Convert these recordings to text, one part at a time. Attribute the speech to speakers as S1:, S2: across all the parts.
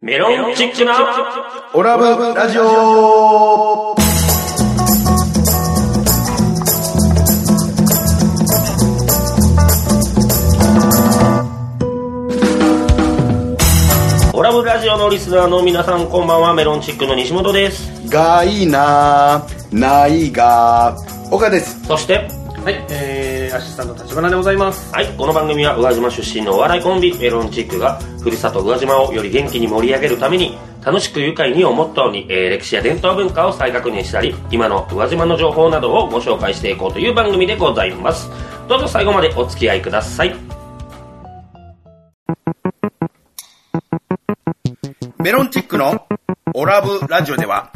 S1: メロンチックな
S2: オラブラジオ
S1: オラブラジオのリスナーの皆さんこんばんはメロンチックの西本です
S2: がいいなないが岡です
S1: そして
S3: はい、えー、アシスタント立花でございます。
S1: はいこの番組は宇和島出身のお笑いコンビメロンチックがふるさと宇和島をより元気に盛り上げるために楽しく愉快にをモットーに、えー歴史や伝統文化を再確認したり今の宇和島の情報などをご紹介していこうという番組でございますどうぞ最後までお付き合いください
S2: メロンチックのオラブラジオでは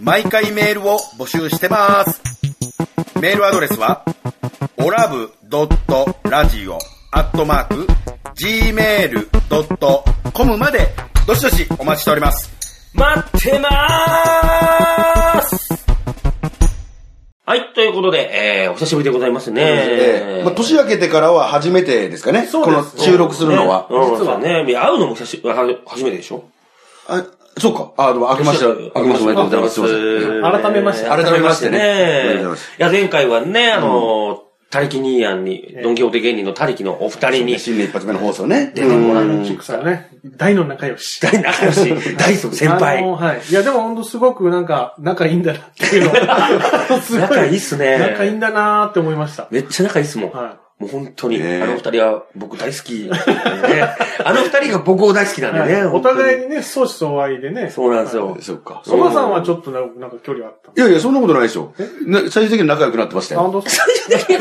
S2: 毎回メールを募集してますメールアドレスはオラブドットラジオアットマーク gmail.com までどしどしお待ちしております
S1: 待ってまーすはい、ということで、えー、お久しぶりでございますね。
S2: ええまあ、年明けてからは初めてですかね
S3: そう
S2: こ
S3: で
S2: の
S3: す
S2: 収録するのは、
S1: うん、
S3: 実
S1: 実は
S3: は
S1: ね、会うのも久しは初めてでしょ
S2: あそうかあでも明けまして明けましておめでとうございますすいません
S3: 改めまして
S2: 改めましてね
S1: 改めま
S2: おめでとうござい
S1: し
S2: ま
S1: て
S2: す
S1: いや、前回はね、あの、他力兄やんに、ドンキホーテ芸人の他力のお二人に、
S2: 新年一発目の放送ね。
S1: 出てもらう
S3: キックさんね、大の仲良し。
S1: 大仲良 し、大好き先
S3: あの
S1: 輩。
S3: はい。いや、でも本当すごくなんか、仲いいんだなっていうのをすご
S1: 仲いいっすね
S3: 仲いいんだなーって思いました。
S1: めっちゃ仲いいっすもん。
S3: は
S1: もう本当に、
S2: ねえ
S1: あの二人は僕大 好きなんでね。あの二人が僕を大好きなんでね。
S3: はいお互い
S1: い。
S3: にね、相思相愛でね。
S1: そうなんです よ。
S2: そうか。
S3: そばさんはちょっとなんかなんか距離があった。
S2: いやいや、そんなことないでしょ。な最終的に仲良くなってました
S3: あ、本
S2: よ。
S3: 当ですか
S2: って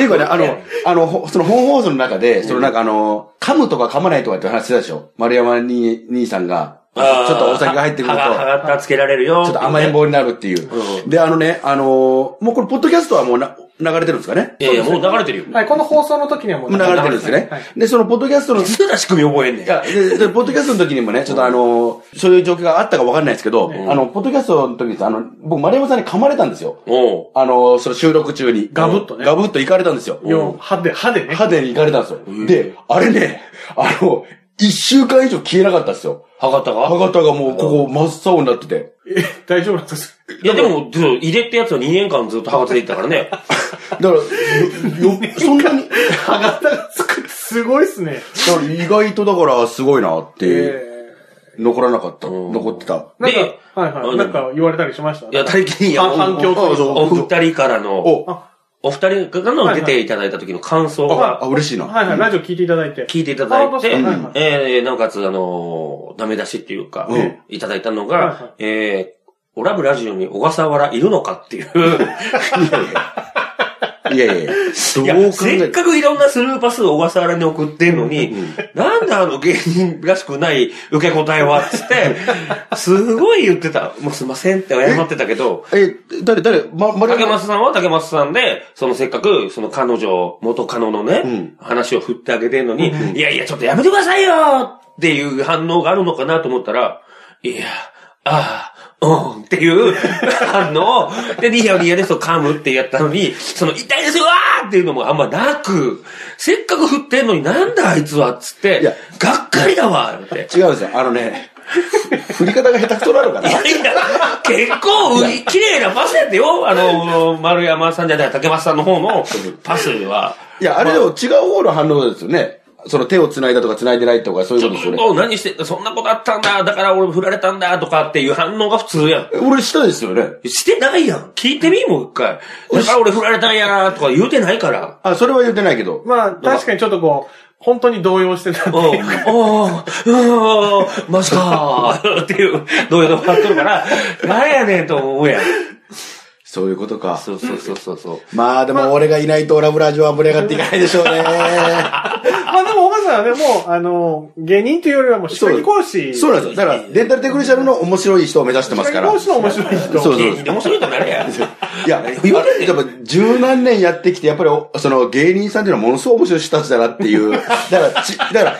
S2: いうかね、あの、あの、ほその本放送の中で、そのなんかあの、噛むとか噛まないとかって話してたでしょ。丸山に兄さんが、ち
S1: あー
S2: ょっとお酒が入ってくると、
S1: 歯が、歯がたつけられるよ。
S2: ちょっと甘えん
S1: う。
S2: 坊になるっていう。で、あのね、あの、もうこれ、ポッドキャストはもうな流れてるんですかね
S1: いやいや、もう流れてるよ。
S3: はい、この放送の時にはもう
S2: 流れてるんですね
S3: はい。
S2: で、そのポッドキャストの
S1: すぐな仕組み覚えんねん。
S2: いや、で、でポッドキャストの時にもね、ちょっとあの、そういう状況があったかわかんないですけど、あの、ポッドキャストの時にさ、あの、僕、丸山さんに噛まれたんですよ。
S1: おう
S2: あの、その収録中に。
S3: ガブッとね
S2: ガブッと行かれたんですよ。
S3: よ、歯で、歯でね。
S2: 派手に行かれたんですよ。で、あれね、あの、一週間以上消えなかったんですよ。
S1: 博多が
S2: 歯型がもうここ真っ青になってて。
S3: え大丈夫なんです か
S1: いやでも、でも入れってやつは2年間ずっと博多で行ったからね。
S2: だ から、よ、よそんなに、だか
S3: 歯型がつくってすごいっすね。
S2: ら意外とだからすごいなって、
S3: え
S2: 残らなかった、残ってた。
S3: ーなんか
S1: で、
S3: はい
S1: あ
S3: はい。なんか言われたりしました
S1: いや、大金や、
S3: 反
S1: お
S3: 反響というか
S2: そう
S1: お二人からの、
S2: お、
S1: お二人からの出ていただいた時の感想
S2: あ
S1: が、
S2: あ、嬉しいな。
S3: はいはい、ラジオ聞いていただいて。
S1: 聞いていただいて
S3: あ本当、ですか
S1: えーなおかつ、あのー、ダメ出しっていうか
S2: うん、
S1: いただいたの
S3: はいは
S1: が、えー、オラブラジオに小笠原いるのかっていう。
S2: いやいやいや、ど
S1: いうや
S2: 考え
S1: せっかくいろんなスルーパスを小笠原に送ってんのに、なんであの芸人らしくない受け答えはっつって、すごい言ってた。もうすいませんって謝ってたけど、
S2: え、誰、誰、ま、丸
S1: 竹
S2: 山
S1: 松さんは竹松さんで、そのせっかく、その彼女、元カノのね、
S2: ん
S1: 話を振ってあげてんのに、いやいや、ちょっとやめてくださいよっていう反応があるのかなと思ったら、いや、ああ、うんっていう反応で、ニヤニヤでそう噛むってやったのに、その痛いですよわーっていうのもあんまなく、せっかく振ってんのになんだあいつはっつって
S2: いや、
S1: がっかりだわって。
S2: 違うんですよ。あのね、振り方が下手くそなのかない
S1: やいや、結構、綺麗なパスやったよ。あの、丸山さんじゃない、竹松さんの方のパスは。
S2: いや、あれでも違う方の反応ですよね。その手を繋いだとか繋いでないとかそういう
S1: ちょ
S2: こと
S1: っ
S2: ですよ
S1: と、お
S2: ね。
S1: 何して、そんなことあったんだ、だから俺振られたんだ、とかっていう反応が普通やん。
S2: 俺したですよね。
S1: してないやん。聞いてみもう一回。だから俺振られたんやな、とか言うてないから。
S2: あ、それは言ってないけど。
S3: まあ、確かにちょっとこう、本当に動揺してたん
S1: お
S3: で。
S1: おおおマジかーっていう、動揺で笑ってるから、なんやねんと思うやん。
S2: そういうことか。
S1: そうそうそうそうそう。
S2: まあでも俺がいないとラブラジオは盛り上がっていかないでしょう ね。
S3: まあでも、岡さんはね、もう、あの、芸人というよりはもう、主義講師。
S2: そうなんですよ。だから、デンタルテクニシャルの面白い人を目指してます
S3: 主
S2: か
S3: 義
S2: ら。
S3: 講師の面白い人。
S2: そう
S1: 芸人で面白いとなれや。
S2: いや、
S1: 何を言われてん
S2: やっ
S1: の
S2: ぱ十何年やってきて、やっぱりお、その芸人さんっていうのはものすごい面白い人たちだなっていう、だから、ちだから、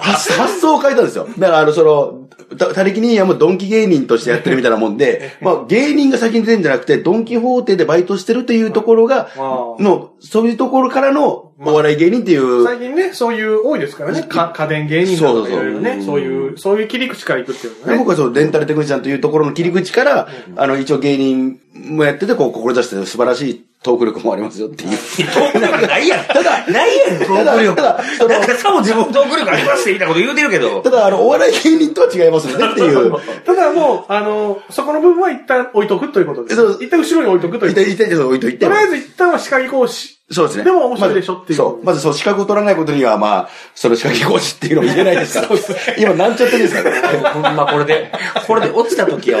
S2: 発発想を変えたんですよ。だから、あの、その、た他力人やもドンキ芸人としてやってるみたいなもんで、まあ、芸人が先に出るんじゃなくて、ドンキ法廷でバイトしてるというところが
S3: あ、ー
S2: の、そういうところからの、お笑い芸人っていう、
S3: 最近ね、そういう多いですからね。か家電芸人だとかいろいろね。
S2: そ
S3: そ
S2: そうそう
S3: うういう、そういう切り口からいくっていうのが
S2: で
S3: ね。
S2: 僕はそのデンタルテクニシャンというところの切り口から、あの、一応芸人もやってて、こう、志して素晴らしいトーク力もありますよっていう。
S1: トーク力ないやん。ただ、ないやん、トーク力。
S2: た だその
S1: なんかさも自分トーク力ありますって言ったこと言うてるけど
S2: た。だ、あの、お笑い芸人とは違いますよねって いう。
S3: ただもう、あの、そこの部分は一旦置いとくということです。
S2: そう
S3: 一旦後ろに置いとくという
S2: い
S3: こと
S2: た、いたいた、置いといて
S3: とり。あえず一旦は歯科技講師。
S2: そうですね。
S3: でも面白いでしょっていう
S2: まずそう。まず、そう、資格を取らないことには、まあ、その資格講師っていうのも言えない ですから。今、なんちゃってですからね。
S1: ほんまこれで、これで落ちた時は、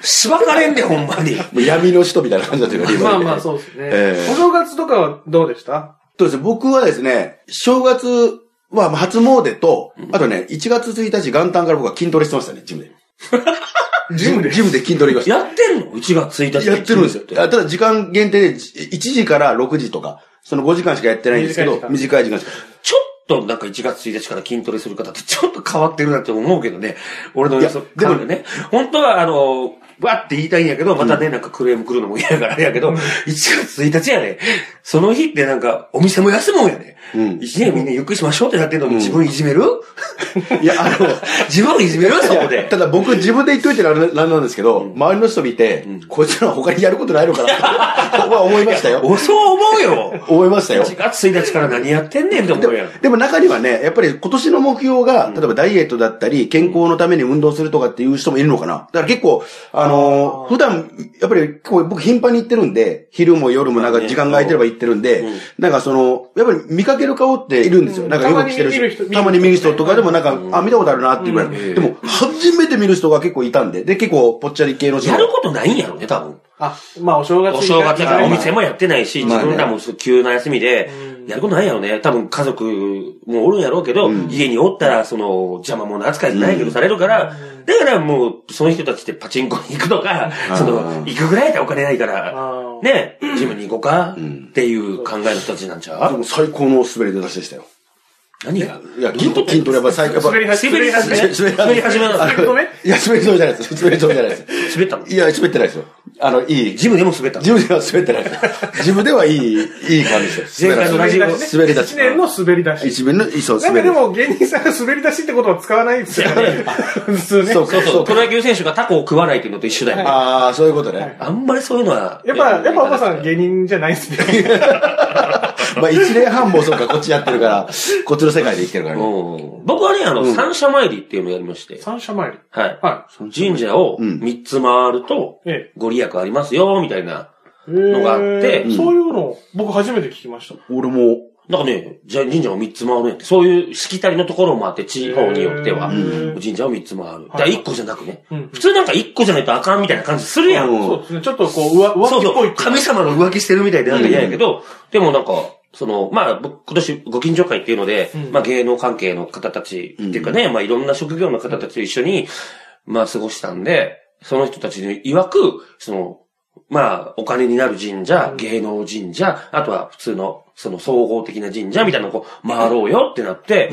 S1: しばかれんで、ほんまに。
S2: もう闇の人みたいな感じだったよね、今
S3: ま
S2: ね
S3: あまあそうですね。
S2: ええ
S3: お正月とかはどうでした
S2: そうですね、僕はですね、正月はまあ初詣と、あとね、1月1日元旦から僕は筋トレしてましたね、ジムで。
S3: ジム で
S2: ジムで筋トレ行きまし
S1: やってんの ?1 月1
S2: た。
S1: 日。
S2: やってるんですよ。あただ時間限定でじ1時から6時とか、その5時間しかやってないんですけど、短い時間しか。
S1: ちょっとなんか1月1日から筋トレする方ってちょっと変わってるなって思うけどね。俺の予想
S2: いやでも
S1: 感がね。本当はあの、わって言いたいんやけど、またね、なんかクレーム来るのも嫌やからあれやけど、1月1日やね。その日ってなんか、お店も休もうやね。
S2: うん
S1: 一年みんなゆっくりしましょうってなってんのに自分いじめ る
S2: いや、あの、
S1: 自分をいじめるそこ
S2: いや
S1: で
S2: た。だ僕自分で言っといてなんなんなんですけど、周りの人見て、こいつら他にやることないのかなと思いまし たよ。
S1: おそう思うよ。
S2: 思いましたよ。
S1: 1月1日から何やってんねんって思うやん。
S2: でも中にはね、やっぱり今年の目標が、例えばダイエットだったり、健康のために運動するとかっていう人もいるのかな。だから結構、あのー普段、やっぱり結構僕頻繁に行ってるんで、昼も夜もなんか時間が空いてれば行ってるんで、なんかその、やっぱり見かける顔っているんですよ。
S3: うん
S2: なんかよく着てる
S3: たまに見る人
S2: 人。たまに見る人とかでもなんか、あ、見たことあるなっていうぐらい。
S1: うん
S2: でも、初めて見る人が結構いたんで、で、結構ぽっちゃり系の人
S1: やることないんやろね、多分。
S3: あ、まあお正月
S1: お正月だからお店
S3: も。
S1: もやってないし、
S2: まあ
S1: 自
S2: ね
S1: 分らも急な休みで
S3: う、ん
S1: やることないやろね。多分家族もおるんやろうけど、家におったら、その、邪魔者扱いじゃないけどされるから、だからもう、その人たちってパチンコに行くとか、その、行くぐらいやったらお金ないから、
S3: あー
S1: ね、ジムに行こうか、っていう考えの人たちなんちゃ
S2: あで
S1: う
S2: も最高の滑り出しでしたよ。
S1: 何が
S2: いや、筋ト筋トレやっぱり最高。やっぱ
S3: 滑り始め。
S1: 滑り始め滑り始めなの
S2: あの
S3: 滑り止め
S2: いや、滑りそうじゃないです。滑りそうじゃないです。
S1: 滑ったの
S2: いや、滑ってないですよ。あの、いい。
S1: ジムでも滑ったの
S2: 自分では滑ってないです。自分ではいい、いい感じですよ。
S1: 前回の
S2: 滑
S1: ラ
S2: ら
S1: ジオ
S2: ない滑り出し
S3: 一年の滑り出し。
S2: 一面の、そう、
S3: なん
S2: 滑
S3: か
S2: り
S3: で
S2: 出し。
S3: も芸人さんが滑り出しってことは使わないですよね。普通ね。
S2: そう
S1: そ
S2: か、
S1: うそ、
S2: そうう
S1: プ
S2: か。
S1: ロ野球選手がタコを食わないっていうのと一緒だよね。
S2: ああ、そういうことね。
S1: あんまりそういうのは。
S3: やっぱ、やっぱおばさん芸人じゃないですね。
S2: まあ、一年半もそうか、こっちやってるから、こっちの世界で生きてるからね。
S1: うん僕はね、あの、三社参りっていうのをやりまして、
S3: 三社参り。
S1: はい。
S3: は
S1: 神社を
S2: ん
S1: 三つ回ると
S3: い。え
S1: ご利益ありますよ、みたいな。
S3: え。の
S1: があって
S3: そういうの、僕初めて聞きました。
S2: 俺も、
S1: なんかね、じゃ神社を三つ回るねって、そういうしきたりのところもあって、地方によっては、
S3: へー
S1: 神社を三つ回る。だ
S3: はい
S1: から一個じゃなくね、
S3: うん
S1: 普通なんか一個じゃないとあかんみたいな感じするやん。
S2: うん
S3: そうですね。ちょっとこう、上、上
S1: そ
S3: 着
S1: う
S3: っぽ
S1: そ。。
S3: いう
S1: 神様の浮気してるみたいでなんか嫌やけど、でもなんか、その、まあ、僕今年ご近所会っていうので、
S3: うん
S1: まあ芸能関係の方たちっていうかね、まあいろんな職業の方たちと一緒に、まあ過ごしたんで、その人たちに曰く、その、まあ、お金になる神社、芸能神社、あとは普通の、その総合的な神社みたいなのをこう回ろうよってなって、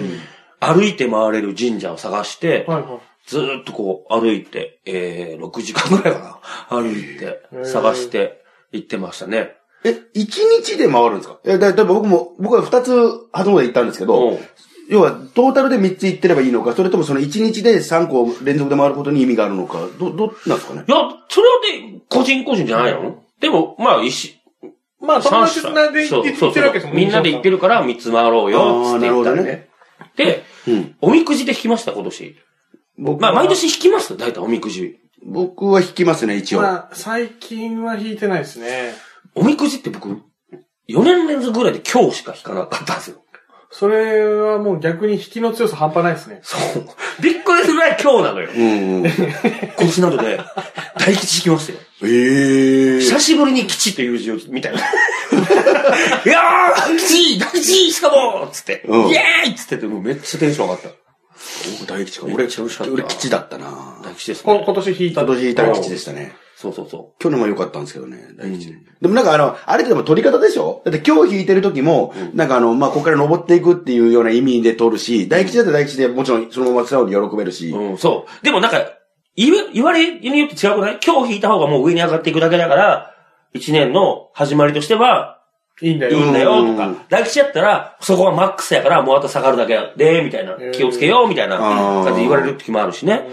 S1: 歩いて回れる神社を探して、
S3: はいは
S1: ずーっとこう歩いて、えー、6時間ぐらいかな。歩いて、探して行ってましたね。
S2: え、一日で回るんですかえ、だ、だ僕も、僕は二つ初詣行ったんですけど、
S1: うん
S2: 要は、トータルで三つ行ってればいいのか、それともその一日で三個連続で回ることに意味があるのか、ど、ど、なんですかね
S1: いや、それはね、個人個人じゃないのでも、まあ、一
S3: い。まあ、友達
S1: 三
S3: なんで
S1: そう
S3: 言ってるわけですもん
S1: そうそうみんなで行って
S3: る。
S1: るから、三つ回ろうよ、つって言ったら
S2: あーなるほどね
S1: ね。で、
S2: うん
S1: おみくじで引きました、今年。
S2: 僕
S1: まあ、
S2: は
S1: 毎年引きます大体おみくじ。
S2: 僕は引きますね、一応。
S3: まあ、最近は弾いてないですね。
S1: おみくじって僕、4年連続ぐらいで今日しか引かなかったんですよ。
S3: それはもう逆に引きの強さ半端ないですね。
S1: そう。びっくりするぐらい今日なのよ。
S2: うんうん。え
S1: 今年なので、大吉引きましたよ。
S2: え
S1: 久しぶりに吉という字を、みたいな。 いやー吉大吉しかもつって、
S2: うん
S1: イエーイつってて、もうめっちゃテンション上がった。
S2: 大吉か。
S1: めっ
S2: 俺、
S1: ちゃ美味しかった
S2: 俺吉だったな
S1: 大吉です
S3: こ
S1: ね。
S3: 今年弾いた
S2: 今。年大吉でしたね。
S1: そうそうそ
S2: 去年も良かったんですけどね、大吉。でもなんかあの、あれってでも取り方でしょだって今日引いてる時も、なんかあの、まあ、ここから登っていくっていうような意味で取るし、大吉だったら大吉でもちろんそのまま素直に喜べるし
S1: う。、うん、そう。でもなんか、言わ言われによって違うくない今日引いた方がもう上に上がっていくだけだから、一年の始まりとしては、
S3: いいんだ
S1: いい
S3: よ。
S1: んだよと
S2: う
S1: か
S2: ん、
S1: 抱きしちゃったら、そこはマックスやから、もうあと下がるだけで、みたいな
S3: うん、
S1: 気をつけよう、みたいな
S2: あー
S1: 感じで言われる時もあるしね。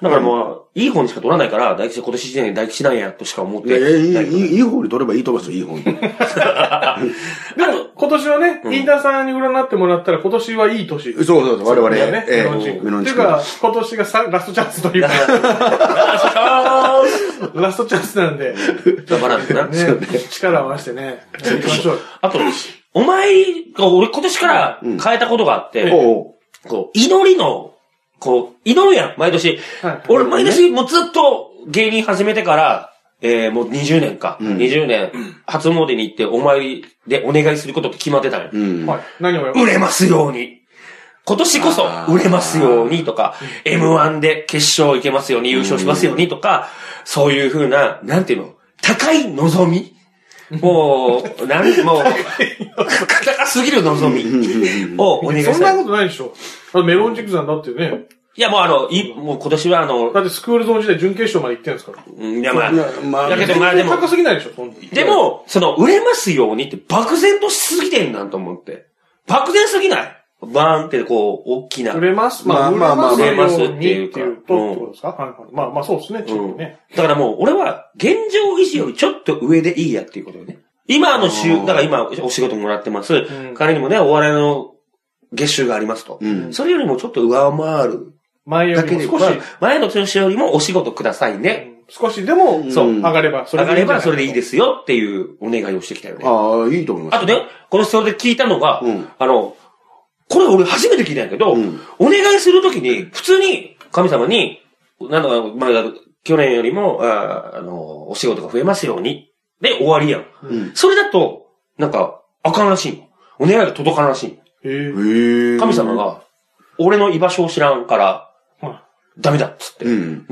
S1: だからもう、いい方にしか取らないから、大吉、今年一年大吉なんや、としか思っ
S2: いや
S1: て。
S2: いやいいいいいい方に取ればいいと思いますよ、いい方 に。
S3: でも、今年はね、飯田さんに占ってもらったら今年はいい年。
S2: そうそうそう、我々、
S3: だよね、
S2: え
S3: メロンチ
S2: え
S3: ッ
S2: メ
S3: ク
S2: ロン
S3: って
S2: チ
S3: い
S2: ッ
S3: う
S2: ク。
S3: か、今年がさラストチャンスという か、
S1: あ
S3: ラストチャンスなんで、
S1: ーだからな。
S3: ね、力を合わせてね、行きましょう。
S1: あと、お前が、俺今年から変えたことがあって、
S2: おう
S1: こう、祈りの、こう、祈るやん、毎年。
S3: はい
S1: 俺、毎年、もうずっと芸人始めてから、えー、もう20年か。
S2: うん
S1: 20年、初詣に行ってお参りでお願いすることって決まってたのよ。
S2: うん。
S3: はい。何をやろ。
S1: 売れますように。今年こそ
S2: あー
S1: 売れますようにとか、M1 で決勝行けますように、優勝しますようにとか、そういうふうな、なんていうの、高い望みもう、なん、もう、高すぎる望みをお願いうしたい。
S3: そんなことないでしょ。だってメロンチックさんだってね、
S1: いや、もうあの、い、もう今年はあの
S3: だ、ってスクールゾーン時代準決勝まで行ってるんですから。
S1: うんいや、 まあ
S2: い、やまあ
S1: だけどまあで
S3: 全然
S1: も
S3: 高すぎないでしょ、そんな
S1: で、も、その、売れますようにって漠然としすぎてんなんと思って。漠然すぎないバーンってこう、大きな。
S3: 売れます。まあ、
S2: まあまあまあ
S3: 売れますように
S1: 売れますっ
S3: ってて
S1: い
S3: いうう
S1: か
S3: と、ってことですかはいはい。まあまあ、そうですね、チームね。
S1: だからもう、俺は、現状維持よりちょっと上でいいやっていうことよね。今の週、だから今、お仕事もらってます。
S3: ん
S1: 彼にもね、お笑いの月収がありますと。
S2: うん。
S1: それよりもちょっと上回る
S3: 前よ
S1: だ
S3: り
S1: けで
S3: も
S1: は
S3: 少し、、
S1: 前の年よりもお仕事くださいね。
S3: 少しでも、
S1: そう
S3: 上がれば、そ。
S1: 上がればそれでいいですすよっていうお願いをしてきたよね。
S2: ああ、いいと思います。
S1: あとね、この人で聞いたのが、
S2: うん
S1: あの、これ俺初めて聞いたんやけど、
S2: うん
S1: お願いするときに、普通に神様に、なんだか、まあ、去年よりも、あーあの、お仕事が増えますように、で終わりやん。
S2: うん
S1: それだと、なんか、あかんらしいの。お願いが届かんらしい
S3: へー
S2: へえ
S1: の。神様。が、俺の居場所を知らんから、
S3: は
S1: ダメだっつって。
S2: うん。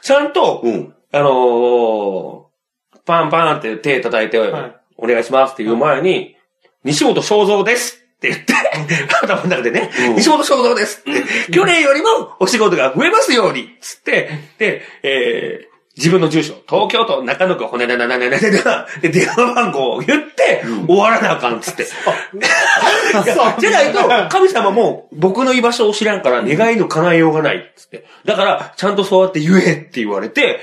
S1: ちゃんと、
S2: うん。
S1: あのー、パンパンって手叩いて、
S3: はい
S1: お願いしますっていう前に、西本正蔵ですって言って、頭の中でね、
S2: うん
S1: 西本正蔵です去年よりもお仕事が増えますようにつって、で、えー自分の住所、東京都中野区骨ななななななで、電話番号を言って、終わらなあかんっつって。いや じゃないと、神様も僕の居場所を知らんから願いの叶えようがないっつって。だから、ちゃんとそうやって言えって言われて、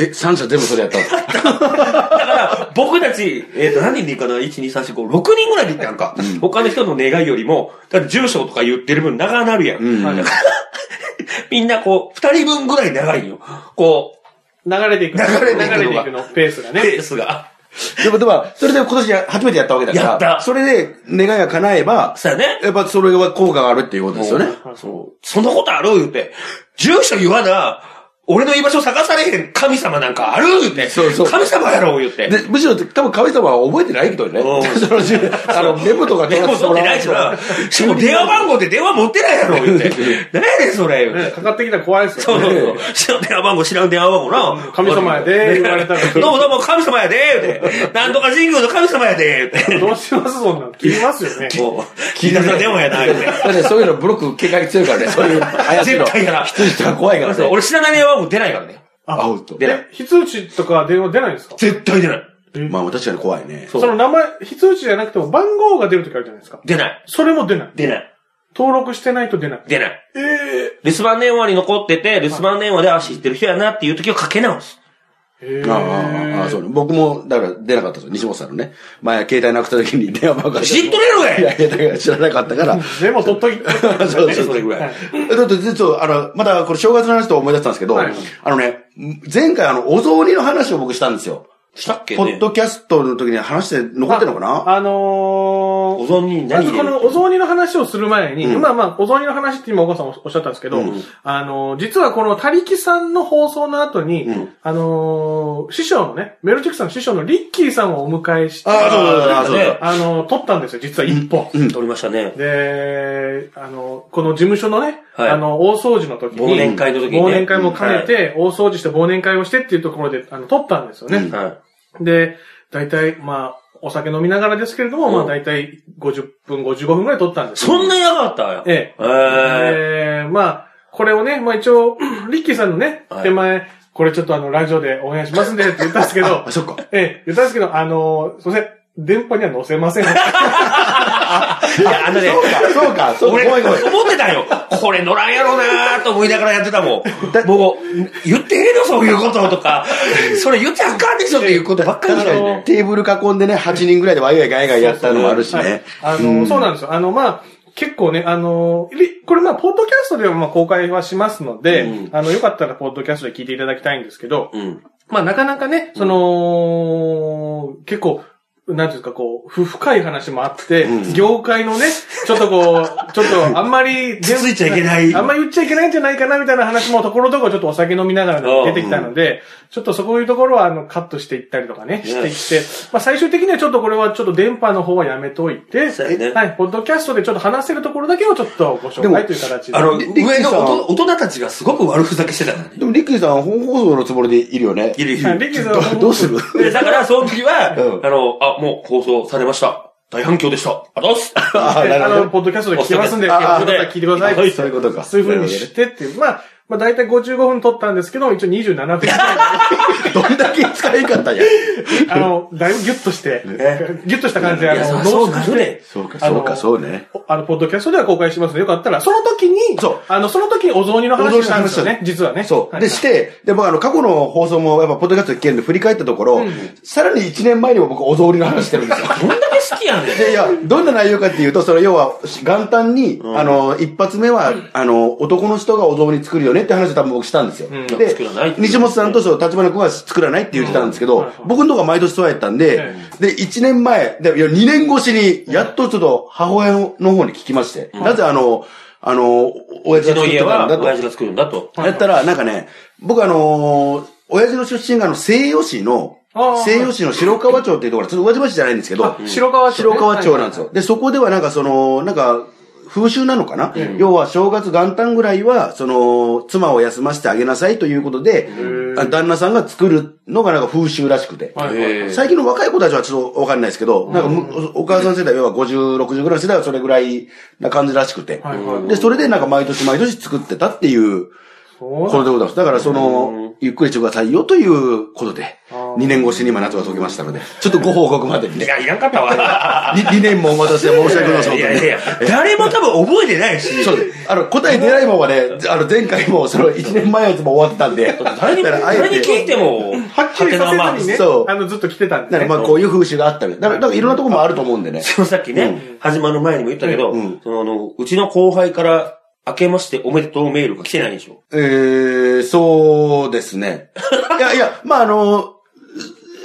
S2: え、三社全部それやったんですか
S1: だから、僕たち、えっ、と、何人でいいかな ?1、2、3、4、5、6人ぐらいでいったんか。他の人の願いよりも、だって住所とか言ってる分長なるやん。
S2: うん。
S3: はい
S1: みんなこう、2人分ぐらい長いよ。こ
S3: 流れていく。
S1: 流れていくのが
S3: 流ていくの、ペースが
S1: う、
S3: ね。
S1: ペースが。
S2: でも、でも、それで今年や初めてやったわけだから。
S1: やった
S2: それで、願いが叶えば、
S1: そうやね。
S2: やっぱそれは効果があるっていうことですよね。
S1: そう。そんなことある言うて。住所言わな、俺の居場所探されへん神様なんかある言うて。
S2: そうそう
S1: 神様やろ言うて。
S2: で、むしろ多分神様は覚えてないけどね。
S1: うん
S2: その自分 あの、メモとか
S1: メモ取ってないしな。しかも電話番号で電話持ってないやろ言うて。何やねんそれ言うて
S3: ね。かかってきたら怖いです
S1: そ
S3: よ
S1: う
S3: ね。
S1: そうそう。知らん電話番号、知らん電話番号な。
S3: 神様やで言われたら
S1: どうもどうも神様やで言うて。なんとか神宮の神様やで言うて。
S3: どうしますそんなん。切りますよね。
S1: もう、聞いた電話やな、言うて。
S2: だってそういうのブロック警戒が強いからね。そういう怪しいの。
S1: 絶対やらん
S2: 羊とか怖いから
S1: そう
S2: ね。
S1: 俺知らない電話番号出ないからね。
S2: アウト
S1: 出。ない
S3: え。非通知とか電話出ないんですか
S1: 絶対出ない。
S2: まあ確かに怖いね。
S1: そう
S3: その名前、非通知じゃなくても番号が出るときあるじゃないですか。
S1: 出ない。
S3: それも出ない。
S1: 出ない。
S3: 登録してないと出ない。
S1: 出ない。
S3: ええ
S1: 留守番電話に残ってて、留守番電話で、あ、知ってる人やなっていう時はかけ直す。
S3: え
S2: ああああ、ああ、そうね。僕も、だから出なかったんですよ。西本さんのね。前、携帯なくした時に電話番号が
S1: 知っとれろ
S2: い
S1: や
S2: やいや、だから知らなかったから。
S3: メモ取っ とい て。
S2: そうそう
S1: それぐらい。
S2: だって、実は、あの、まだこれ正月の話と思い出したんですけど、
S3: はい
S2: あのね、前回あの、お雑煮の話を僕したんですよ。
S1: したっけ
S2: ポッ
S1: ね
S2: ドキャストの時に話して残ってるのかな
S3: あの
S1: お
S3: ー、
S1: 雑煮に
S3: ま
S1: 何
S3: ず
S1: 入
S3: こ
S1: れる
S3: のお雑煮の話をする前に、
S2: うん
S3: まあまあ、お雑煮の話って今岡さんおっしゃったんですけど、
S2: うん
S3: あのー、実はこの他力さんの放送の後に、
S2: うん
S3: あのー、師匠のね、メルチックさんの師匠のリッキーさんをお迎えして、
S2: ああ、そうだ、そうだ、そう
S1: ね
S2: だ。
S3: あのー、撮ったんですよ、実は一本。
S2: うん。
S1: 取りましたね。
S3: で、あの、この事務所のね、
S1: はい
S3: あの、大掃除の時に、
S1: 忘年会の時にね
S3: 忘年会も兼ねて、大掃除して忘年会をしてっていうところで、あの、撮ったんですよね。
S1: は
S3: で、大体、まあ、お酒飲みながらですけれども、
S1: うん
S3: まあ、大体50分、55分ぐらい撮ったんで
S1: い。
S3: す
S1: そんなに嫌がったんや。
S3: え
S1: ええ。
S3: えーまあ、これをね、まあ一応、リッキーさんのね
S1: は、い
S3: 手前、これちょっとあの、ラジオでお願いしますんでって言ったんですけ ど
S2: あ、、そっか。
S3: ええ、言ったんですけど、あのー、すいません。電波には載せません。
S1: いや、あ のね、
S2: そうか、そうか、そう
S1: 俺、
S2: ごめんごめん。
S1: 思ってたよ。これ乗らんやろなーと思いながらやってたもん。もう、言ってええのそういうこととか、それ言ってあかんでしょっていうことばっかりだ
S2: 確か
S1: よ
S2: に
S1: ね。
S2: ねテーブル囲んでね、8人ぐらいでワイワイガイガイやったのもあるしね。
S3: はいあの、そうなんですよ。あの、まあ、結構ね、あの、りこれまあ、ポッドキャストでもまあ公開はしますので、
S1: う
S3: あの、よかったらポッドキャストで聞いていただきたいんですけど、
S1: うん。
S3: まあ、なかなかね、その、結構、なんていうんですか、こう、不深い話もあって、
S2: うん
S3: 業界のね、ちょっとこう、ちょっとあんまり、
S1: つついちゃいけない
S3: あんまり言っちゃいけないんじゃないかなみたいな話もところどころちょっとお酒飲みながら出てきたので、ちょっとそういうところはあのカットしていったりとかね、していって、まあ最終的にはちょっとこれはちょっと電波の方はやめといて、
S1: そうやね
S3: はい、ポッドキャストでちょっと話せるところだけをちょっとご紹
S2: でも
S3: 介という形で。
S1: あの、
S2: リリッキー
S1: 上の
S2: さん
S1: 大人大人たちがすごく悪ふざけしてたからね。
S2: でも、リッキーさん、本放送のつもりでいるよね。
S1: いるい
S3: は
S1: る
S3: い。リッキーさんは
S2: どどうする
S1: でだから、その時は、
S2: うん
S1: あの、あ、もう放送されました。大反響でした。あざっす。
S2: あー
S3: えあ
S2: なる
S3: の、
S2: ほど。
S3: ポッドキャストで聞けますんで、よ
S2: あ
S3: か
S2: あ
S3: ったら聞いてください。
S2: そういうことか。
S3: そういう風にしてっていう。まあ、まあ大体55分撮ったんですけど、一応27分 ぐらい。
S2: どんだけ使い方や。
S3: あの、だいぶギュッとして、ギュッとした感じで、あ
S1: いや
S3: の、
S1: そう
S3: 濃縮
S1: な
S3: し
S1: る
S3: て
S1: ね。
S2: そうか、
S3: あの
S2: そうか、そうね。
S3: あの、ポッドキャストでは公開しますので、よかったら、その時に、
S2: そう
S3: あの、その時にお雑煮の話したんですよね
S2: お雑煮の話、
S3: 実はね。
S2: そう。
S3: はい
S2: で、して、で、僕、あの、過去の放送も、やっぱ、ポッドキャストで聞けるんで、振り返ったところ、さらに1年前にも僕、お雑煮の話してるんですよ。
S1: どんだけ好きやねん。
S2: でいや、どんな内容かっていうと、その要は、元旦に、あの、一発目は、あの、男の人がお雑煮作るよねって話を多分僕したんですよ。
S3: ん
S2: で
S1: 作らないっ、て
S2: 西本さんとそう、立花君は作らないって言ってたんですけ
S3: うん
S2: ど
S3: はいはい、
S2: 僕のとこは毎年そうやったんで
S3: え、
S2: で、1年前、で、いや、2年越しに、やっとちょっと母親の方に聞きまして、なぜあの、あの、親
S1: うち
S2: 父が
S1: の家は、
S2: 作ってたんだと
S1: 親。父が作るんだと。
S2: やったら、なんかね、僕あのー親父の出身があの、西予市の
S3: あー、
S2: 西予市の白川町っていうところ、ちょっと宇和島市じゃないんですけど
S3: あ、白川町ね
S2: 白川町なんです
S3: は
S2: よ。で、そこではなんかその、なんか、風習なのかな、要は正月元旦ぐらいは、その、妻を休ませてあげなさいということで、あ旦那さんが作るのがなんか風習らしくて。
S3: はい
S1: へー
S2: 最近の若い子たちはちょっとわかんないですけど、なんかむおお母さん世代、要は50、60ぐらいの世代はそれぐらいな感じらしくて。
S3: はいはい
S2: で、それでなんか毎年毎年作ってたっていう
S3: そう
S2: これでございます。だからその、ゆっくりしてくださいよということで、
S3: あー
S2: 2年越しに今夏が解けましたので、ちょっとご報告までに
S1: い
S2: ね。
S1: や、いらんかったわ。
S2: 2年もお待たせ申し訳ございません。
S1: いやいやいや
S2: 本、
S1: 誰も多分覚えてないし。
S2: 当にそうです。あの、答え出ないままね、あの、前回もその1年前のやつも終わったんで、
S1: 誰に、
S2: だからあえ
S1: 誰に
S2: て
S1: 聞いても、
S3: はっきりさせずにね、
S2: そう
S3: あの、ずっと来てたん
S2: だ
S3: で
S2: か
S3: ね。
S2: らまあこういう風習があったみたいな。だから、だからいろんなとこもあると思うんでね。
S1: そのさっきね、始まる前にも言ったけど、
S2: うん
S1: そのあの、うちの後輩から、明けましておめでとうメールが来てないでしょ。
S2: えー、そうですね。いやいや、まああの、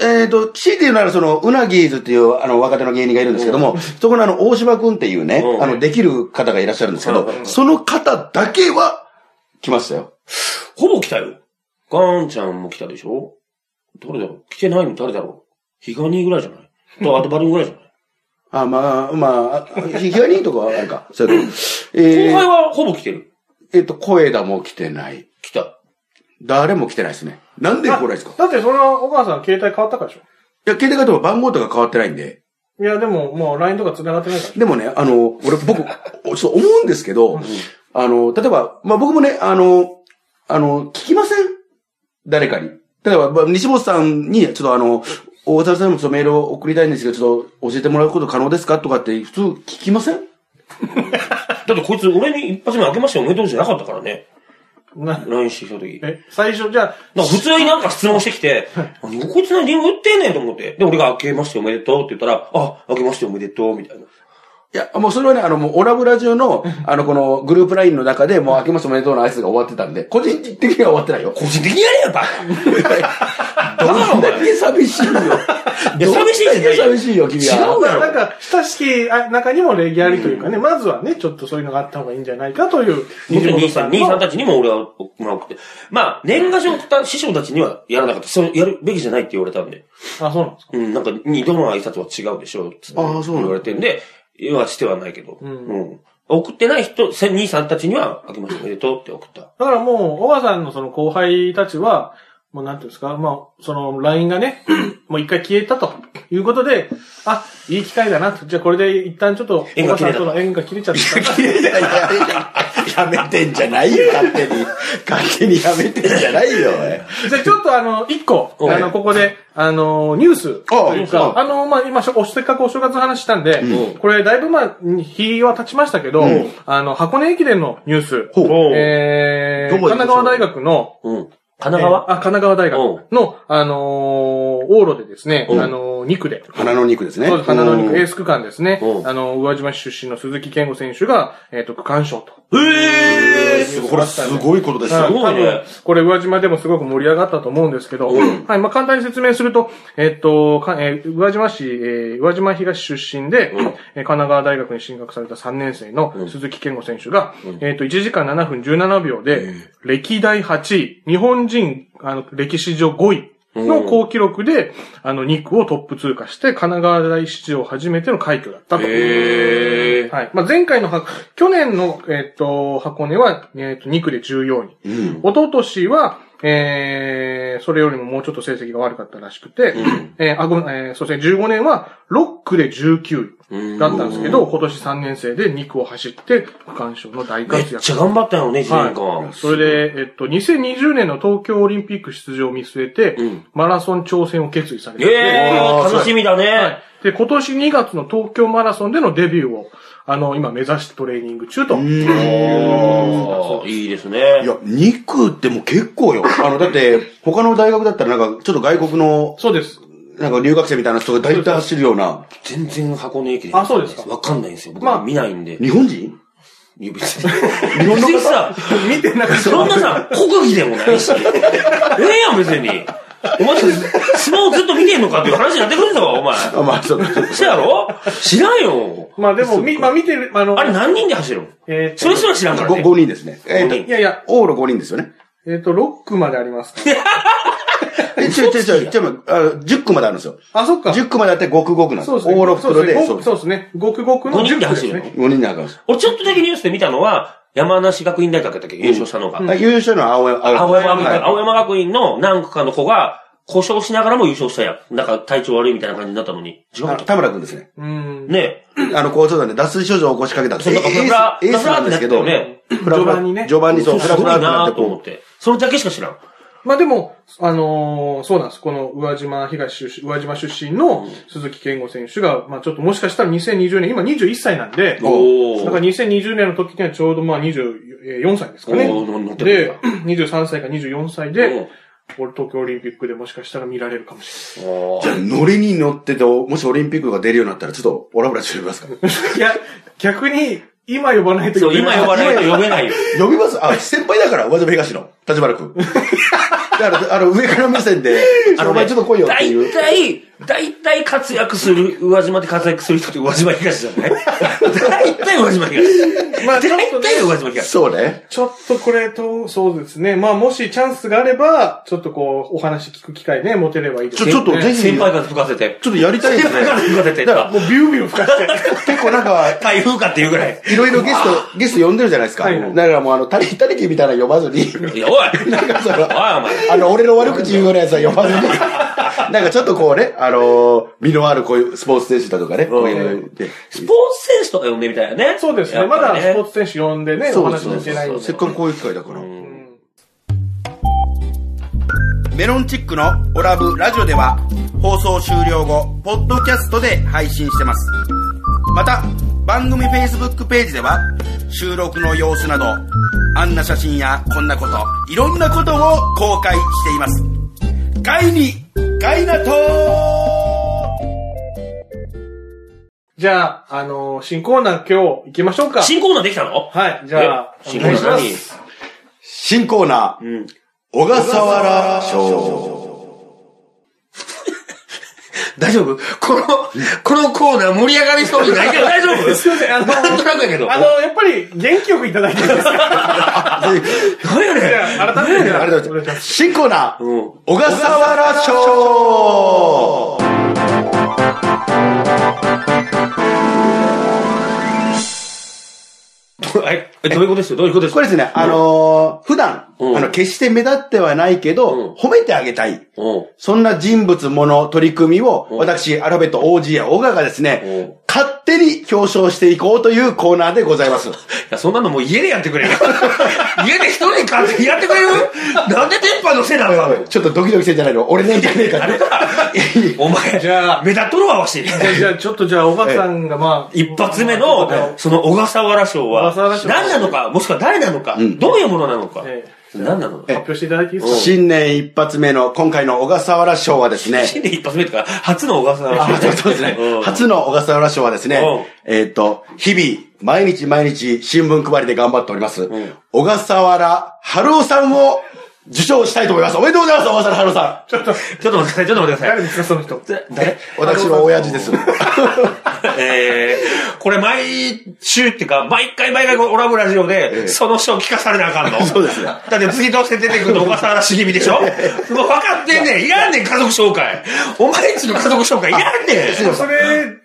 S2: えっ、と、強いて言うならその、うなぎーずっていうあの若手の芸人がいるんですけども、そこのあの、大島くんっていうね、
S1: うん
S2: あの、できる方がいらっしゃるんですけど、
S1: うん
S2: その方だけは来ましたよ。
S1: ほぼ来たよ。ガーンちゃんも来たでしょ誰だろう来てないの誰だろうヒガニーぐらいじゃないと、あとバルーンぐらいじゃない
S2: あ、まあ、まああ、ひがにとかはあるか。そういうのえ
S1: 後輩
S2: ー、
S1: はほぼ来てる。
S2: えーと、声だも来てない。
S1: 来た。
S2: 誰も来てないですね。なんで来ないですかい
S3: だって、それは、お母さん携帯変わったからでし
S2: や、携帯方も番号とか変わってないんで。
S3: ょ。いや、でも、もう LINE とか繋がってないから。
S2: でもね、あの、俺、僕、 おちょっと思うんですけど、あの、例えば、まあ、僕もね、あの、あの、聞きません誰かに。例えば、まあ西本さんに、ちょっとあの、大沢さんにもちょっとメールを送りたいんですけど、ちょっと教えてもらうこと可能ですかとかって、普通聞きません
S1: だってこいつ俺に一発目明けましておめでとうじゃなかったからね。
S3: な
S1: LINE してきた時。
S3: え、最初、じゃあ、
S1: なんか普通になんか質問してきて、何こいつ何リンゴ言ってんねんと思って。で、俺が明けましておめでとうって言ったら、あ、明けましておめでとうみたいな。
S2: いや、もうそれはね、あの、もう、オラブラ中の、あの、この、グループラインの中で、もう、明けましておめでとうの挨拶が終わってたんで、個人的には終わってな いよ。
S1: 個人的にやれよ、バカ
S2: どんだけ寂しいよ。
S1: いや寂しいじゃないよ
S2: どんだけ寂しいよ、君は。
S1: 違う
S3: まあなんか、親しきあ中にも礼儀ありというかね、まずはね、ちょっとそういうのがあった方がいいんじゃないかという、
S1: 兄さん、兄さん
S3: の
S1: たちにも俺はもらおうって。まあ、年賀状た師匠たちにはやらなかった。それやるべきじゃないって言われたんで。
S3: あ、そうなんですか。
S1: うん、なんか、二度の挨拶は違うでしょ。つって
S2: ああそう
S1: 言
S2: なんだ
S1: われてんで、言はしてはないけど。うんん。送ってない人、せ兄さんたちには、明けましておめでとうって送った。
S3: だからもう、小川さんのその後輩たちは、もうなんていうんですか、まあ、その LINE がね、 もう一回消えたということで、あ、いい機会だなと。じゃあこれで一旦ちょっと、
S1: 縁
S3: 小
S1: が
S3: 川
S1: 切
S3: さ
S1: れ
S3: ん
S1: た
S3: との縁が切れちゃった。
S2: いやいやいややめてんじゃないよ、勝手に。勝手にやめてんじゃないよ、おい
S3: じゃあちょっとあの、一個、
S1: はい
S3: あの、ここで、あの、ニュースという
S2: あ
S3: か、
S2: あ
S3: あの、まあ、今、しょおせっかくお正月の話したんで、
S1: うん
S3: これ、だいぶ、まあ、日は経ちましたけど、
S2: うん
S3: あの、箱根駅伝のニュース、
S2: ほう
S1: おう
S3: えー、
S2: ど
S3: 神
S2: こでしょう
S3: 奈川大学の、
S1: うん。神奈川
S3: えーあ、神奈川大
S1: おう
S3: 学の、あのー往路でですね、あ
S1: おう
S3: のー、2区で、
S2: 花の肉ですね。
S3: そうです花の
S2: う
S3: 肉
S2: ん
S3: エース区間ですね
S1: おう、
S3: あの、宇和島市出身の鈴木健吾選手が、えっと、区間賞と。
S1: ええー
S2: これすごいことです
S1: す
S2: よ。
S1: ごいね
S3: 多分これ、宇和島でもすごく盛り上がったと思うんですけど、はい、まあ、簡単に説明すると、えっと、かえー宇和島市、えー宇和島東出身で、
S1: うん
S3: えー神奈川大学に進学された3年生
S1: う
S3: の
S1: ん
S3: 鈴木健吾選手が、えっと、1時間7分17秒で、歴代8位、日本人、あの、歴史上5位。の好記録で、あの、2区をトップ通過して、神奈川大史上初めての快挙だったと。
S1: ええー。
S3: はい。まあ、前回の箱、去年の、えっ、と、箱根は、えっ、と、2区で14位。
S2: うん。
S3: 一昨年は、えー、それよりももうちょっと成績が悪かったらしくて、えー、あ、ごめん、えー、そうですね、15年は6区で19位だったんですけど、今年3年生で2区を走って、区間賞の大
S1: め
S3: 活
S1: っ
S3: 躍。
S1: ちゃ頑張ったよね、一年
S3: は
S1: 間
S3: い。。それで、えっと、2020年の東京オリンピック出場を見据えて、
S1: うん
S3: マラソン挑戦を決意されて、
S1: ええ
S2: あ
S1: ー、
S2: ー
S1: 楽しみだ
S3: は
S1: ね
S3: い。。で、今年2月の東京マラソンでのデビューを、あの、今目指してトレーニング中と。
S2: ん
S1: おーいいですね。
S2: いや、肉ってもう結構よ。あの、だって、他の大学だったらなんか、ちょっと外国の、
S3: そうです。
S2: なんか留学生みたいな人が大体走るような、
S1: 全然箱根駅伝。
S3: あそうですか
S1: わかんないんですよ。僕
S3: まあ
S1: 見ないんで。
S2: 日本人
S1: いや別に。 別にさ、
S3: 見てなかった。
S1: そんな さ、国技でもないし。ええやん、別に。お前、相撲ずっと見てんのかっていう話になってくるぞ、お前。
S2: あ、まあ、そうそう
S1: そやろ知らんよ。
S3: まあでも、み、まあ見てる、あの、
S1: あれ何人で走るの
S3: えー
S1: それす
S3: と、
S1: ら知らんから
S2: ご
S1: ね。
S2: 5人ですね。えっと
S1: 五人
S3: いやいや、
S2: オール5人ですよね。
S3: えっと、6区まであり ますから。
S2: え、ちょ、ちょ、ちょ、ちょ、あの10区まであるんですよ。
S3: あ、そっか。
S2: 10区まであって5区5区なんです。
S3: そう
S2: オ
S3: ですね。
S2: ール袋で、そ
S3: そ
S2: ううです
S3: で
S2: す。
S3: ね。そうですね。5区5区の
S1: 5人で
S3: 10区で
S1: 走
S3: す
S1: る
S3: ね。
S2: 5人で測るんです
S1: 俺ちょっとだけニュースで見たのは、山梨学院大学だっけ優勝したのが。
S2: あ優勝のは青山、
S1: 青山学
S2: はい
S1: 院、青山学院の何区かの子が、故障しながらも優勝したやん。なんか体調悪いみたいな感じになったのに。違うか
S2: あ
S1: った
S2: 田村くんですね。
S3: うん。
S1: ね
S2: あの、校長団で脱水症状を起こしかけたんです
S1: そうなんかフラ
S2: エースエースなんですけど、
S1: フラフラってなっ
S2: フラフラ
S3: 序盤にね
S2: 序盤
S1: え。
S2: にそう、フ
S1: す
S2: ラ
S1: ご
S2: フ
S1: い
S2: ラってな
S1: な
S2: って
S1: と思っ
S2: こ
S1: て。それだけしか知らん。
S3: まあでも、あのーそうなんです。この宇和島東出身、宇和島出身の鈴木健吾選手が、まあちょっともしかしたら2020年、今21歳なんで、だ
S1: おー
S3: から2020年の時にはちょうどまあ24歳ですかね
S1: おー乗っ。てる
S3: で、23歳か24歳で、俺東京オリンピックでもしかしたら見られるかもし
S1: お
S2: う。じゃあ、乗りに乗ってて、もしオリンピックが出るようになったら、ちょっと、オラオラして呼びますか
S3: れない。いや、逆に、今呼ばないと
S1: そう、今呼ば
S3: ない。
S1: ないと呼べないよ。
S2: 呼びますあ、先輩だから、上島東の、立花 くん。だから、あの、上から目線で、あの、お前ちょっと来いよっていう。
S1: 大体、大体活躍する、宇和島で活躍する人って宇和島東じゃない大体宇和島東。
S3: まあちょっ
S1: 大
S3: とね
S1: 体宇和島東。
S2: そうね。
S3: ちょっとこれと、そうですね。まあもしチャンスがあれば、ちょっとこう、お話聞く機会ね、持てればいいです
S2: ちょ、
S3: ね。
S2: ちょっと、
S3: ね
S2: ぜひ、
S1: 先輩から吹かせて。
S2: ちょっとやりたいで
S1: 先
S2: す
S1: 輩から
S2: ね。
S1: 吹かせて。
S2: だか
S3: もうビュービュー吹かして。
S2: 結構なんか、
S1: 台風かっていうぐらい。
S2: いろいろゲスト、ゲスト呼んでるじゃないですか。
S3: はいはい
S2: だからもう、あの、たり、たりきみたいなの呼ばずに、
S1: いや、おい
S2: なんかその、
S1: おいお前。
S2: あの、俺の悪口言うようなやつは呼ばずに。 なんかちょっとこうね、あのー、身のあるこういうスポーツ選手だとかね、こういう。で
S1: スポーツ選手とか呼んでみたいなね。
S3: そうですね。
S1: やっ
S3: ま
S1: ぱ
S3: だ
S1: り
S3: スポーツ選手呼んでね、お
S2: そう
S3: 話
S2: そう
S3: し
S2: そ
S3: てないん
S2: う。
S3: で。
S2: せっかくこういう機会だから。
S3: うん
S2: メロンチックのオラブラジオでは放送終了後、ポッドキャストで配信してます。また、番組 Facebook ページでは収録の様子など、あんな写真やこんなこと、いろんなことを公開しています。ガイに、ガイナト
S3: じゃあ、あのー、新コーナー今日行きましょうか。
S1: 新コーナーできたの
S3: はい、じゃあ、
S1: え新コーナー
S3: お願いします
S2: 新コーナー、
S1: うん。
S2: 小笠原賞。
S1: 大丈夫この、このコーナー盛り上がりそうにないけど大丈夫
S3: すいません、あの
S1: な
S3: ー、
S1: んとなくだけど。
S3: あのー、やっぱり元気よくいただいてますか
S1: 何や
S3: じ
S1: ねん
S3: ゃあ、改めて、
S2: あり がとうござ います。新コーナー、
S1: うん。
S2: 小笠原賞
S1: え、えどういうことですよどういうことです
S2: これですね、あのー普段、
S1: うん
S2: あの、決して目立ってはないけど、
S1: うん
S2: 褒めてあげたい。
S1: うん。
S2: そんな人物、もの、取り組みを、
S1: うん
S2: 私、アルファベット OG や小川がです
S1: うん
S2: ね、勝手手に表彰していこうというコーナーでござい ます。
S1: や、そんなのもう家でやってくれよ。 家で一人勝手にやってくれるなんで電波のせいなんだろう。
S2: ちょっとドキドキしてんじゃないの俺なんじゃねえかって。
S1: お前、
S3: じゃあ
S1: 目立っとるわ、わし。
S3: じゃあ、ちょっとじゃあ、おばさんがまあ、
S1: 一発目の、その小笠原賞は
S3: 小笠原、賞
S1: 何なのか、もしくは誰なのか、
S2: ん
S1: どういうものなのか、
S3: ええ
S1: 何なのか
S3: 発。表していただいていいですか
S2: 新年一発目の今回の小笠原賞はですね、
S1: 新年一発目とか、初の小笠原賞。
S2: そうですね
S1: うん。
S2: 初の小笠原賞はですね、えっ、と、日々、毎日毎日新聞配りで頑張っております、
S1: ん
S2: 小笠原春夫さんを受賞したいと思います。おめでとうございます、小笠原春夫さ
S3: ちょっ
S1: ち
S3: と、
S1: ょっと待ってください、ちょっと待ってくだ
S3: 誰
S1: さい。
S3: ですか、その人。
S1: 誰
S2: ん。私の親父です。
S1: えー、これ毎週っていうか、毎回毎回オラブラジオで、その賞聞かされなあかんの。そうですね。だって次どうせ出てくるの小笠原茂美でしょもう分かってんねん。いらんねん、家族紹介。お前んちの家族紹介いらんねん。
S3: それ、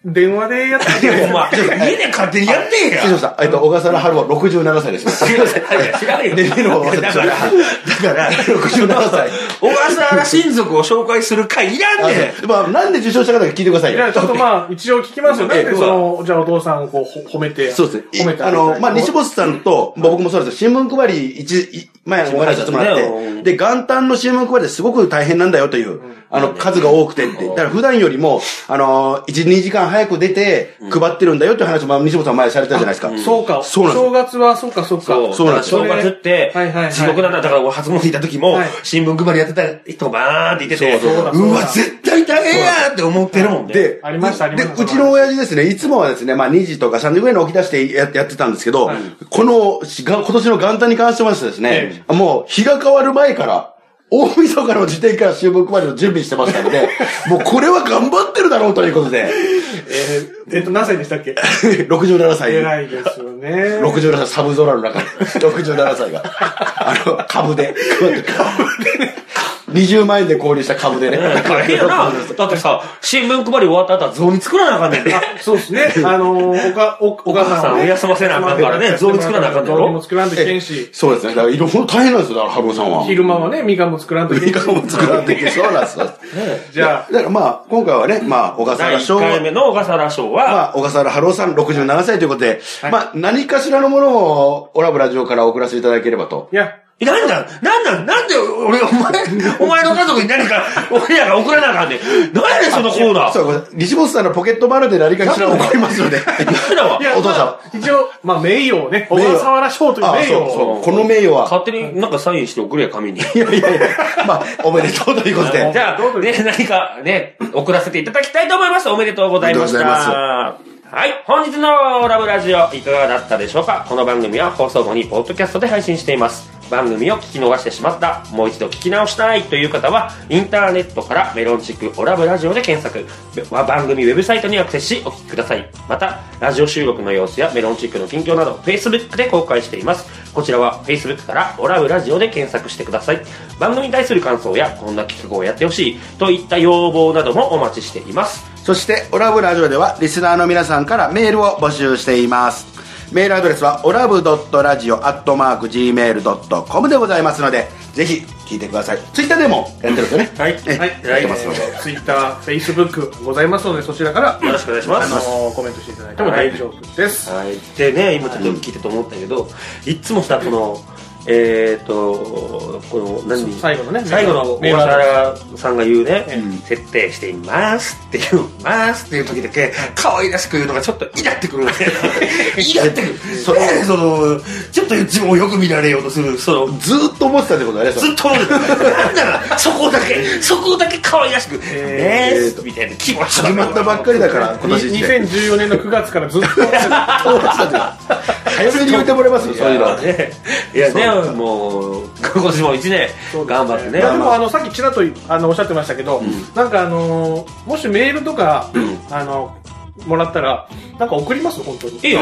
S3: 電話でやって みて
S1: お前、家で勝手にやってんや。
S2: 失礼しました。えっ、と、小笠原春夫は67歳です。
S1: 違う違う
S2: 年齢の方が分か
S1: だ
S2: っ
S1: から、 だから、
S2: 67歳。
S1: 小笠原親族を紹介する会いらんねん。
S2: あまあ、なんで受賞したかだけ聞いてください
S3: じ
S2: よ
S3: ゃあ、。ちょっとまあ、一応聞きますよ。なんで、その、じゃあ、お父さんをこう、ほ褒めて。
S2: そうです
S3: 褒め
S2: ね。
S3: て
S2: あ
S3: げたい
S2: の、まあ、西本さんと、まあ僕もそうなんですよ。新聞配り一、い前お話しさせてもら
S1: そうだ
S2: っ
S1: ね
S2: て、で、元旦の新聞配りですごく大変なんだよという、あの、数が多くてって。だから普段よりも、あの、1、2時間早く出て、配ってるんだよという話も、まあ西本さん前されてたじゃないですか。
S3: そうか。
S2: そうなんです
S3: 正月は、そうか、そうか。
S1: そう、
S2: そうなんですよ
S1: 正月って
S3: はいはいは、い
S1: 地獄なんだ。だから、初詣行った時も
S3: はい、
S1: 新聞配りやってた人がバーって言ってて、
S3: そうそうそう
S1: うわ、絶対大変やーって思ってるもんね。
S2: で、
S3: ありましたありました
S2: で、うちの親父ですね、いつもはですね、まあ2時とか3時ぐらいに起き出してややってたんですけど、このしが、今年の元旦に関してましてですね、もう日が変わる前から、大晦日の時点から収録までの準備してましたの で、もうこれは頑張ってるだろうということで、
S3: えーえっと、何歳でしたっけ
S2: 67歳。
S3: 偉いですよね。
S2: 67歳、サブ空の中で、67歳 が、あの、株で、株でね、20万円で購入した株でね、
S1: 大変や な。だってさ、新聞配り終わった後は雑煮作らなあかんねんね。
S3: そうです ね。あのー、おか、お、お母さんを
S1: お母さんを
S3: ね
S1: 休ませなあかんからね雑煮作らなあかんだろ
S3: 雑煮も作らんといけんし、
S2: そうですね、だからいろいろ大変なんですよ、だから、ハブさんは。
S3: 昼間はね、みかんも作らんといけんし。
S2: 作らんといけないそうなんですよ。
S3: じゃあ、
S2: だからまあ、今回はね、まあ、小笠
S1: 第
S2: 原
S1: 1
S2: 翔、
S1: 回目の小笠原賞は、
S2: まあ、小笠原春夫さん67歳ということで、まあ、何かしらのものを、オラブラジオから送らせていただければと。
S3: いや、。
S1: なんだなんだなんで俺、お 前、お前の家族に何か、俺らが送らなあかんねん。何やねん、そのコーナ
S2: そ
S1: ー。
S2: う、ごめんなさい西本さんのポケットバルで何かしら起こりますので。
S1: 俺らはい
S3: や、
S2: お父さん
S3: まあ一応、まあ、名誉をね、小
S2: 誉
S3: 笠原賞という名
S2: ああ、
S3: 誉
S2: そう
S3: を。
S2: そう。この名誉は、
S1: 勝手になんかサインして送れや、紙に。
S2: いやいやいや、 まあ、おめでとうということで。
S1: じゃあ、ね、何かね、送らせていただきたいと思います。おめでとうございました。
S2: おめでとうござい
S1: はい。本日のラブラジオ、いかがだったでしょうかこの番組は放送後にポッドキャストで配信しています。番組を聞き逃してしまった、もう一度聞き直したいという方は、インターネットからメロンチックオラブラジオで検索、番組ウェブサイトにアクセスしお聞きください。また、ラジオ収録の様子やメロンチックの近況など、Facebook で公開しています。こちらは Facebook からオラブラジオで検索してください。番組に対する感想や、こんな企画をやってほしい、といった要望などもお待ちしています。
S2: そして、オラブラジオでは、リスナーの皆さんからメールを募集しています。メールアドレスは、オラブドットラジオアットマーク Gmail.com でございますので、ぜひ聞いてください。ツイッターでもやってるんですよね。
S1: はい
S2: え
S3: はい、
S2: やってますので。
S3: ツイッター、フェイスブックございますので、そちらから、
S1: よろしくお願いしま
S3: あ
S1: す。
S3: のー、コメントしていただいても大丈夫です。
S1: はい、でね今ちょっと聞いてと思ったけど、い、つもさこのえっ、とこの何
S3: 最後のね
S1: 最後の小
S3: メール
S1: 笠
S3: アドレ
S1: 原さんが言うね、
S3: う
S1: 設定していますって言うますっていう時だけ可愛らしく言うのがちょっとイラってくるんだよねイラってくるそのそのちょっと自分をよく見られようとするその
S2: ずーっと思ってたってことだね、そ
S1: ず
S2: れ
S1: っと思ってたなんならそこだけそこだけ可愛らしく「ねーす」みたいな気持ちだ
S2: 始まったばっかりだから、今年一年。
S3: 2014年の9月からずっと、
S2: どうしたんだよ早めに言うてもらえますそういうの。
S1: ね、いやね、もう、今年も一年、頑張ってね。
S3: まあでもあのさっきちらっとあのおっしゃってましたけど、なんかあのーもしメールとか、あのもらったらなんか送ります本当に
S1: いいよ。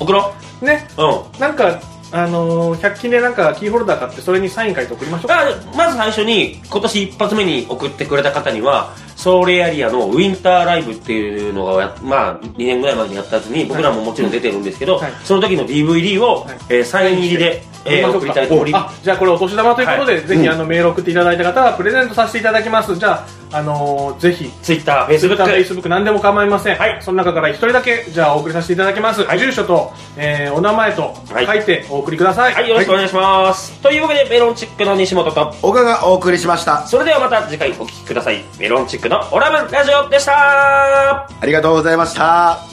S1: 送ろ
S3: ね
S1: う。うん。
S3: なんかあのー、100均でなんかキーホルダー買ってそれにサイン書いて送りましょうか
S1: あまず最初に、今年一発目に送ってくれた方には、ソウルエアリアのウィンターライブっていうのがや、まあ、2年ぐらい前にやったやつに、僕らももちろん出てるんですけど、
S3: はい
S1: その時の DVD を、
S3: はい
S1: えーサイン入りで、えー送りたいと思います
S3: あ、じゃあこれお年玉ということで、ぜひあのメール送っていただいた方はプレゼントさせていただきます。じゃあ、あのーぜひ、
S1: ツイッター、フェイスブ
S3: Twitter、
S1: ック
S3: Facebook 何でも構いません。はい。その中から一人だけ、じゃあお送りさせていただきます。住所と、えーお名前と
S1: はい
S3: 書いてお送りください。
S1: はい、よろしくお願いします。というわけで、メロンチックの西本と、
S2: 岡がお送りしました。
S1: それではまた次回お聞きください。メロンチックのオラブラジオでした
S2: ありがとうございました。